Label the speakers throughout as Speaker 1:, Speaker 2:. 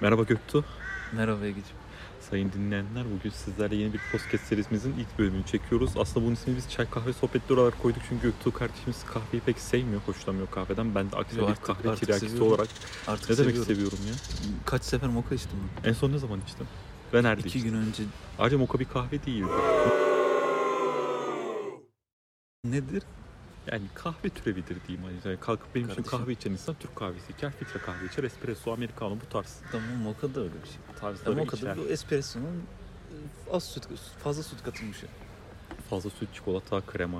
Speaker 1: Merhaba Göktuğ.
Speaker 2: Merhaba Ege'ciğim.
Speaker 1: Sayın dinleyenler bugün sizlerle yeni bir podcast serimizin ilk bölümünü çekiyoruz. Aslında bunun ismini biz çay kahve sohbetleri olarak koyduk çünkü Göktuğ kardeşimiz kahveyi pek sevmiyor, hoşlanmıyor kahveden. Ben de aksine
Speaker 2: Yo,
Speaker 1: bir
Speaker 2: artık-
Speaker 1: kahve
Speaker 2: artık
Speaker 1: tiryakisi
Speaker 2: seviyorum.
Speaker 1: olarak
Speaker 2: Artık
Speaker 1: ne demek
Speaker 2: seviyorum.
Speaker 1: seviyorum ya?
Speaker 2: Kaç sefer moka içtim ben.
Speaker 1: En son ne zaman içtin? Ben nerede
Speaker 2: İki
Speaker 1: içtim?
Speaker 2: gün önce.
Speaker 1: Ayrıca moka bir kahve değil.
Speaker 2: Nedir?
Speaker 1: Yani kahve türevidir diyeyim. Yani kalkıp benim için
Speaker 2: Kardeşim.
Speaker 1: kahve içen insan Türk kahvesi içer, filtre kahve içer, espresso, americano bu tarz
Speaker 2: Tamam E, moka da öyle bir şey.
Speaker 1: tarzları
Speaker 2: Tamam moka
Speaker 1: içer.
Speaker 2: da bu espresso'nun e, az süt, fazla süt katılmış. ya.
Speaker 1: Fazla süt, çikolata, krema.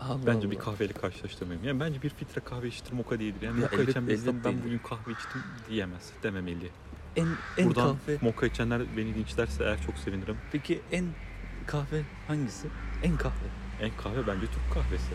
Speaker 2: Allah
Speaker 1: Bence bir
Speaker 2: Allah.
Speaker 1: kahveyle karşılaştırmayayım. Yani bence bir filtre kahve içtir moka değildir. Yani
Speaker 2: Ya
Speaker 1: moka
Speaker 2: elbet-
Speaker 1: içen bir insan
Speaker 2: elbet
Speaker 1: ben
Speaker 2: değildir.
Speaker 1: bugün kahve içtim diyemez. Dememeli.
Speaker 2: En, en
Speaker 1: Buradan
Speaker 2: kahve.
Speaker 1: moka içenler beni linçlerse eğer çok sevinirim.
Speaker 2: Peki en kahve hangisi? En kahve.
Speaker 1: En kahve bence Türk kahvesi.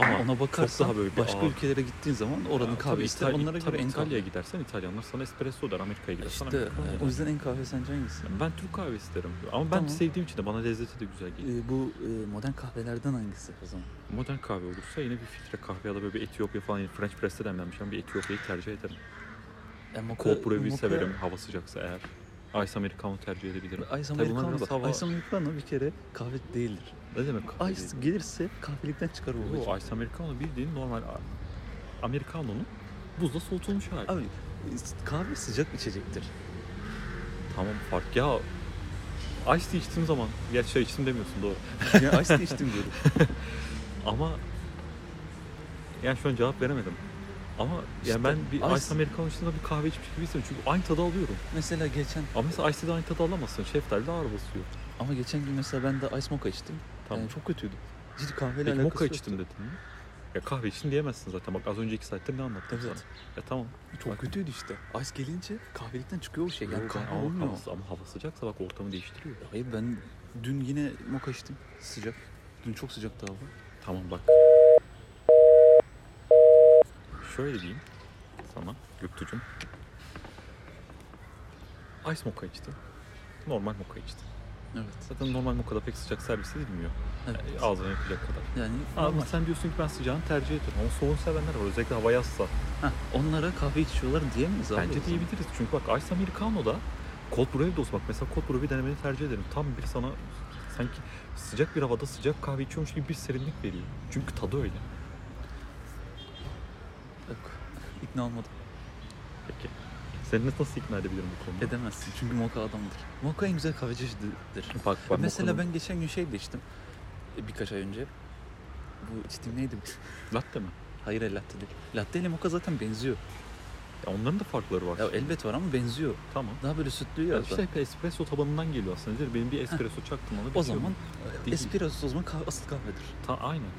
Speaker 2: Ya
Speaker 1: Ama
Speaker 2: ona bakarsan
Speaker 1: daha böyle bir
Speaker 2: başka
Speaker 1: ağır.
Speaker 2: ülkelere gittiğin zaman oranın
Speaker 1: Ya tabii
Speaker 2: kahvesi de
Speaker 1: İtal-
Speaker 2: onlara
Speaker 1: tabii
Speaker 2: göre en kahve.
Speaker 1: İtalya'ya gidersen İtalyanlar sana espresso der. Amerika'ya gidersen
Speaker 2: İşte
Speaker 1: Americano der.
Speaker 2: o yüzden en kahve sence hangisi?
Speaker 1: Ben Türk kahvesi derim. Ama ben
Speaker 2: Tamam.
Speaker 1: sevdiğim için de bana lezzeti de güzel geliyor.
Speaker 2: E, bu e, modern kahvelerden hangisi o zaman?
Speaker 1: Modern kahve olursa yine bir filtre kahve ya da böyle bir Etiyopya falan yani French press'te demlenmiş ama bir Etiyopya'yı tercih ederim.
Speaker 2: E, moka-
Speaker 1: Cold brew'i
Speaker 2: moka-
Speaker 1: severim hava sıcaksa eğer. Ice Americano tercih edebilirim.
Speaker 2: Ice
Speaker 1: Tabii bunlar
Speaker 2: Americano,
Speaker 1: biraz hava-
Speaker 2: Ice Americano bir kere kahve değildir.
Speaker 1: Ne demek kahve?
Speaker 2: Ice gelirse kahvelikten çıkar o.
Speaker 1: Bu Ice Americano bildiğin normal a- Americano'nun buzda soğutulmuş hali.
Speaker 2: Abi s- kahve sıcak içecektir.
Speaker 1: Tamam fark ya. Ice tea içtiğim zaman, gerçi çay içtim demiyorsun doğru.
Speaker 2: ya ice de içtim diyorum.
Speaker 1: Ama yani şu an cevap veremedim. Ama
Speaker 2: İşte
Speaker 1: yani ben bir
Speaker 2: ice-
Speaker 1: Ice, Americano içtiğimde bir kahve içmiş gibi hissediyorum. Çünkü aynı tadı alıyorum.
Speaker 2: Mesela geçen
Speaker 1: Ama mesela Ice tea'de aynı tadı alamazsın. Şeftali de ağır basıyor.
Speaker 2: ama geçen gün mesela ben de ice moka içtim.
Speaker 1: Tamam.
Speaker 2: Yani çok kötüydü. Hiç kahveyle
Speaker 1: Peki
Speaker 2: alakası
Speaker 1: moka
Speaker 2: yoktu.
Speaker 1: içtim dedin mi? Ya kahve için diyemezsin zaten. Bak az önceki saatte ne anlattım
Speaker 2: Evet.
Speaker 1: sana. Ya tamam.
Speaker 2: Çok
Speaker 1: Bak-
Speaker 2: kötüydü işte. Ice gelince kahvelikten çıkıyor o şey. Yani
Speaker 1: Yok,
Speaker 2: kahve
Speaker 1: ama,
Speaker 2: olmuyor.
Speaker 1: hava, ama hava sıcaksa bak ortamı değiştiriyor.
Speaker 2: Hayır ben dün yine moka içtim. Sıcak. Dün çok sıcaktı hava.
Speaker 1: Tamam bak. Şöyle diyeyim sana Göktuğ'cum. Ice mocha içti. Normal mocha içti.
Speaker 2: Evet.
Speaker 1: Zaten normal mocha'da pek sıcak servis edilmiyor.
Speaker 2: evet.
Speaker 1: Yani ağzına yapacak kadar.
Speaker 2: Yani
Speaker 1: Ama
Speaker 2: normal.
Speaker 1: sen diyorsun ki ben sıcağını tercih ederim. Ama soğuk sevenler var. Özellikle hava yazsa.
Speaker 2: Heh, onlara kahve içiyorlar diyemeyiz abi. o
Speaker 1: Bence
Speaker 2: zaman.
Speaker 1: diyebiliriz. Çünkü bak Ice Americano'da Cold Brew'e de olsa bak mesela Cold Brew'i denemeni tercih ederim. Tam bir sana sanki sıcak bir havada sıcak kahve içiyormuş gibi bir serinlik veriyor. Çünkü tadı öyle.
Speaker 2: Yok. İkna olmadım.
Speaker 1: Peki. Seni nasıl ikna edebilirim bu konuda?
Speaker 2: Edemezsin çünkü moka adamdır. Moka en güzel kahve çeşididir.
Speaker 1: Bak bak
Speaker 2: Mesela
Speaker 1: Mokka'nın-
Speaker 2: ben geçen gün şey de içtim. E, Birkaç ay önce. Bu içtiğim neydi?
Speaker 1: Latte mi?
Speaker 2: Hayır el latte değil. Latte ile moka zaten benziyor.
Speaker 1: Ya onların da farkları var.
Speaker 2: Ya elbet var ama benziyor.
Speaker 1: Tamam.
Speaker 2: Daha böyle sütlü
Speaker 1: Ya şey-
Speaker 2: ya.
Speaker 1: işte hep espresso tabanından geliyor aslında. Değil mi? Benim bir espresso çaktım onu.
Speaker 2: o zaman e,
Speaker 1: Değil.
Speaker 2: espresso o zaman kah- asıl kahvedir.
Speaker 1: Ta, aynen.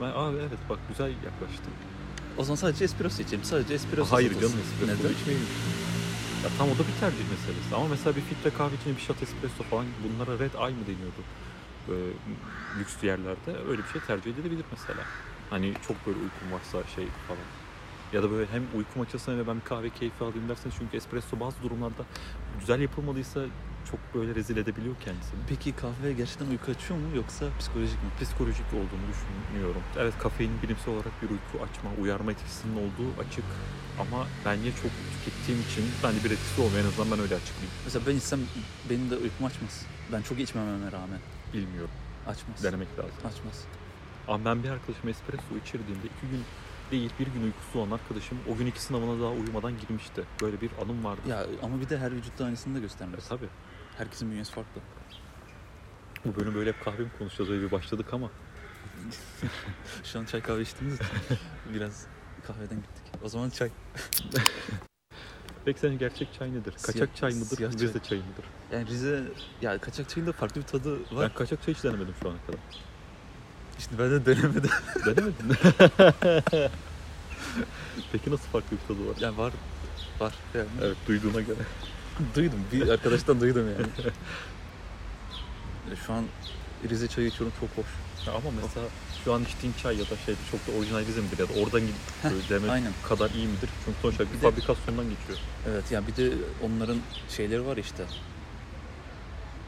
Speaker 1: Ben, abi evet bak güzel yaklaştın.
Speaker 2: O zaman sadece espresso içelim. Sadece espresso
Speaker 1: Hayır
Speaker 2: satılsın.
Speaker 1: canım espresso
Speaker 2: Neden?
Speaker 1: içmeyelim. Ya tam o da bir tercih meselesi. Ama mesela bir filtre kahve içine bir shot espresso falan bunlara red eye mı deniyordu? Böyle lüks yerlerde öyle bir şey tercih edilebilir mesela. Hani çok böyle uykum varsa şey falan. Ya da böyle hem uykum açılsın ve ben bir kahve keyfi alayım derseniz çünkü espresso bazı durumlarda güzel yapılmadıysa çok böyle rezil edebiliyor kendisini.
Speaker 2: Peki kahve gerçekten uyku açıyor mu yoksa psikolojik mi?
Speaker 1: Psikolojik olduğunu düşünüyorum. Evet kafein bilimsel olarak bir uyku açma, uyarma etkisinin olduğu açık. Ama ben ya çok tükettiğim için bende bir etkisi olmuyor. En azından ben öyle açıklayayım.
Speaker 2: Mesela ben içsem benim de uykum açmaz. Ben çok içmememe rağmen
Speaker 1: Bilmiyorum.
Speaker 2: açmaz.
Speaker 1: Denemek lazım.
Speaker 2: Açmaz.
Speaker 1: Ama ben bir arkadaşım espresso içirdiğimde iki gün değil bir gün uykusu olan arkadaşım o gün iki sınavına daha uyumadan girmişti. Böyle bir anım vardı.
Speaker 2: Ya ama bir de her vücutta aynısını da
Speaker 1: E,
Speaker 2: göstermez.
Speaker 1: tabii.
Speaker 2: Herkesin bünyesi farklı.
Speaker 1: Bu bölüm böyle hep kahve mi konuşacağız öyle bir başladık ama.
Speaker 2: Şu an çay kahve içtiğimiz için biraz kahveden gittik. O zaman çay.
Speaker 1: Peki senin gerçek çay nedir?
Speaker 2: Siyah-
Speaker 1: Kaçak çay mıdır?
Speaker 2: siyah
Speaker 1: Rize
Speaker 2: çay.
Speaker 1: çayı mıdır?
Speaker 2: Yani Rize, ya kaçak çayın da farklı bir tadı var.
Speaker 1: Ben kaçak çay hiç denemedim şu ana kadar.
Speaker 2: İşte ben de denemedim.
Speaker 1: Denemedin mi? Peki nasıl farklı bir tadı var?
Speaker 2: Yani var, var. Yani
Speaker 1: Evet duyduğuna göre.
Speaker 2: Duydum, bir arkadaştan duydum yani. E, Şu an Rize çayı içiyorum çok hoş.
Speaker 1: Ama mesela şu an içtiğin çay ya da şey çok da orijinalize midir ya da oradan gidip böyle deme
Speaker 2: Aynen.
Speaker 1: kadar iyi midir? Çünkü sonuçta bir,
Speaker 2: Bir de-
Speaker 1: fabrikasyondan geçiyor.
Speaker 2: Evet ya bir de onların şeyleri var işte.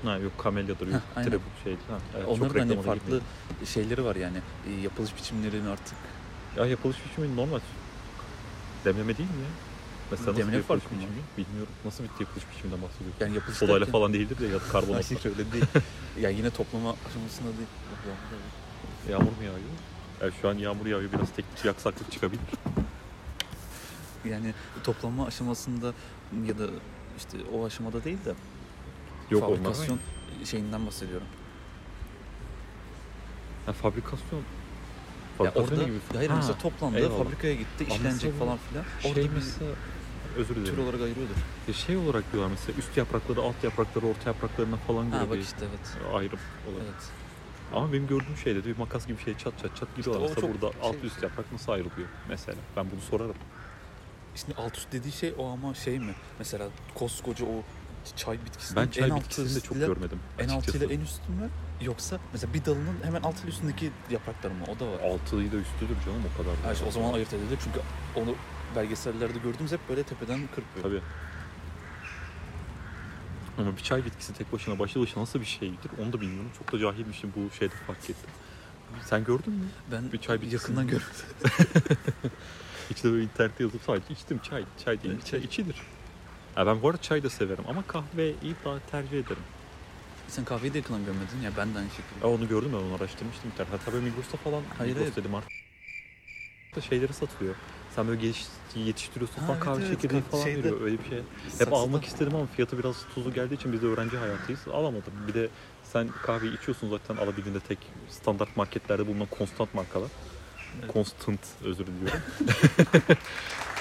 Speaker 1: Ha yok kamelyadır yok
Speaker 2: aynen.
Speaker 1: trebuk şey. Ha, evet, çok
Speaker 2: Onların hani
Speaker 1: reklama da
Speaker 2: farklı
Speaker 1: girmeyelim.
Speaker 2: şeyleri var yani. E, Yapılış biçimlerini artık
Speaker 1: Ya yapılış biçimi normal. Demleme değil mi ya? Mesela nasıl
Speaker 2: Demleme
Speaker 1: bir yapılış
Speaker 2: farkı mı
Speaker 1: biçimi? Bilmiyorum. Nasıl bir yapılış biçiminden bahsediyorsun?
Speaker 2: Yani yapılış
Speaker 1: Sodayla
Speaker 2: derken-
Speaker 1: falan değildir de ya da karbonatla.
Speaker 2: Hayır öyle değil. yani yine toplama aşamasında değil.
Speaker 1: Yağmur mu yağıyor? Yani şu an yağmur yağıyor biraz teknik yaksaklık çıkabilir.
Speaker 2: Yani toplama aşamasında ya da işte o aşamada değil de
Speaker 1: Yok olmaz.
Speaker 2: fabrikasyon şeyinden bahsediyorum.
Speaker 1: Ha, fabrikasyon.
Speaker 2: Ya
Speaker 1: Fabrikasyon
Speaker 2: orada
Speaker 1: ne gibi?
Speaker 2: hayır
Speaker 1: Ha,
Speaker 2: mesela toplandı,
Speaker 1: eyvallah.
Speaker 2: fabrikaya gitti,
Speaker 1: Ama
Speaker 2: işlenecek
Speaker 1: mesela-
Speaker 2: falan filan.
Speaker 1: Şey
Speaker 2: Orada bir
Speaker 1: mesela özür dilerim.
Speaker 2: tür olarak ayırıyordur.
Speaker 1: Ya Şey olarak diyorlar mesela üst yaprakları, alt yaprakları, orta yapraklarına falan göre
Speaker 2: Ha bak
Speaker 1: bir şey
Speaker 2: işte evet.
Speaker 1: ayrım olarak.
Speaker 2: Evet.
Speaker 1: Ama benim gördüğüm şeyde de bir makas gibi şey çat çat çat giriyorlar.
Speaker 2: o
Speaker 1: mesela
Speaker 2: çok
Speaker 1: burada
Speaker 2: şey-
Speaker 1: alt üst yaprak nasıl ayrılıyor mesela? Ben bunu sorarım.
Speaker 2: Şimdi alt üst dediği şey o ama şey mi? Mesela koskoca o çay bitkisinin
Speaker 1: Ben çay
Speaker 2: en altı
Speaker 1: bitkisini de çok
Speaker 2: ile-
Speaker 1: görmedim
Speaker 2: En
Speaker 1: açıkçası.
Speaker 2: altıyla en üstü mü? Yoksa mesela bir dalının hemen altı ile üstündeki yaprakları mı? O da var.
Speaker 1: Altıyı da üstüdür canım o kadar. da.
Speaker 2: Ha işte o zaman ayırt edildi çünkü onu belgesellerde gördüğümüz hep böyle tepeden kırpıyor.
Speaker 1: Tabii. Ama bir çay bitkisi tek başına başlı başına nasıl bir şeydir onu da bilmiyorum. Çok da cahilmişim bu şeyde fark ettim. Sen gördün mü?
Speaker 2: Ben
Speaker 1: Bir çay bitkisi.
Speaker 2: yakından görmedim.
Speaker 1: Hiç de böyle internette yazıp sadece içtim çay. Çay değil,
Speaker 2: Evet,
Speaker 1: çay
Speaker 2: çay.
Speaker 1: içilir. Ya ben bu arada çay da severim ama kahveyi daha tercih ederim.
Speaker 2: Sen kahveyi de yakından görmedin ya ben de aynı şekilde.
Speaker 1: Ya onu gördüm ben onu araştırmıştım internet. Hatta böyle Migros'ta falan
Speaker 2: Hayır,
Speaker 1: Migros
Speaker 2: hayır.
Speaker 1: dedim artık. Da şeyleri satılıyor. Sen böyle geliş, yetiştiriyorsun
Speaker 2: Ha,
Speaker 1: falan
Speaker 2: evet,
Speaker 1: kahve
Speaker 2: evet,
Speaker 1: çekirdeği
Speaker 2: kahve
Speaker 1: falan
Speaker 2: şeyde-
Speaker 1: veriyor öyle bir şey. Hep almak istedim ama fiyatı biraz tuzlu geldiği için biz de öğrenci hayatıyız. Alamadım. Bir de sen kahveyi içiyorsun zaten alabildiğinde tek standart marketlerde bulunan konstant markalar.
Speaker 2: Evet.
Speaker 1: Constant özür diliyorum.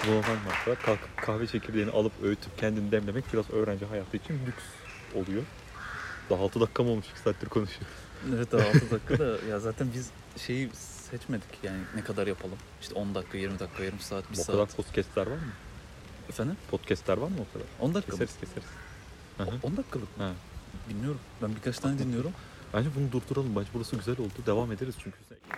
Speaker 1: Normal markalar. Kalkıp kahve çekirdeğini alıp öğütüp kendini demlemek biraz öğrenci hayatı için lüks oluyor. Daha 6 dakika mı olmuş? 2 saattir konuşuyoruz.
Speaker 2: Evet daha 6 dakika da ya zaten biz şeyi seçmedik yani ne kadar yapalım. İşte 10 dakika, 20 dakika, yarım saat, 1
Speaker 1: o
Speaker 2: saat.
Speaker 1: kadar podcastler var mı?
Speaker 2: Efendim?
Speaker 1: Podcastler var mı o kadar?
Speaker 2: 10 dakika mı?
Speaker 1: Keseriz keseriz. Hı hı.
Speaker 2: 10 dakikalık mı?
Speaker 1: Ha.
Speaker 2: Bilmiyorum. Ben birkaç tane dinliyorum.
Speaker 1: Bence bunu durduralım. Bence burası güzel oldu. Devam ederiz çünkü.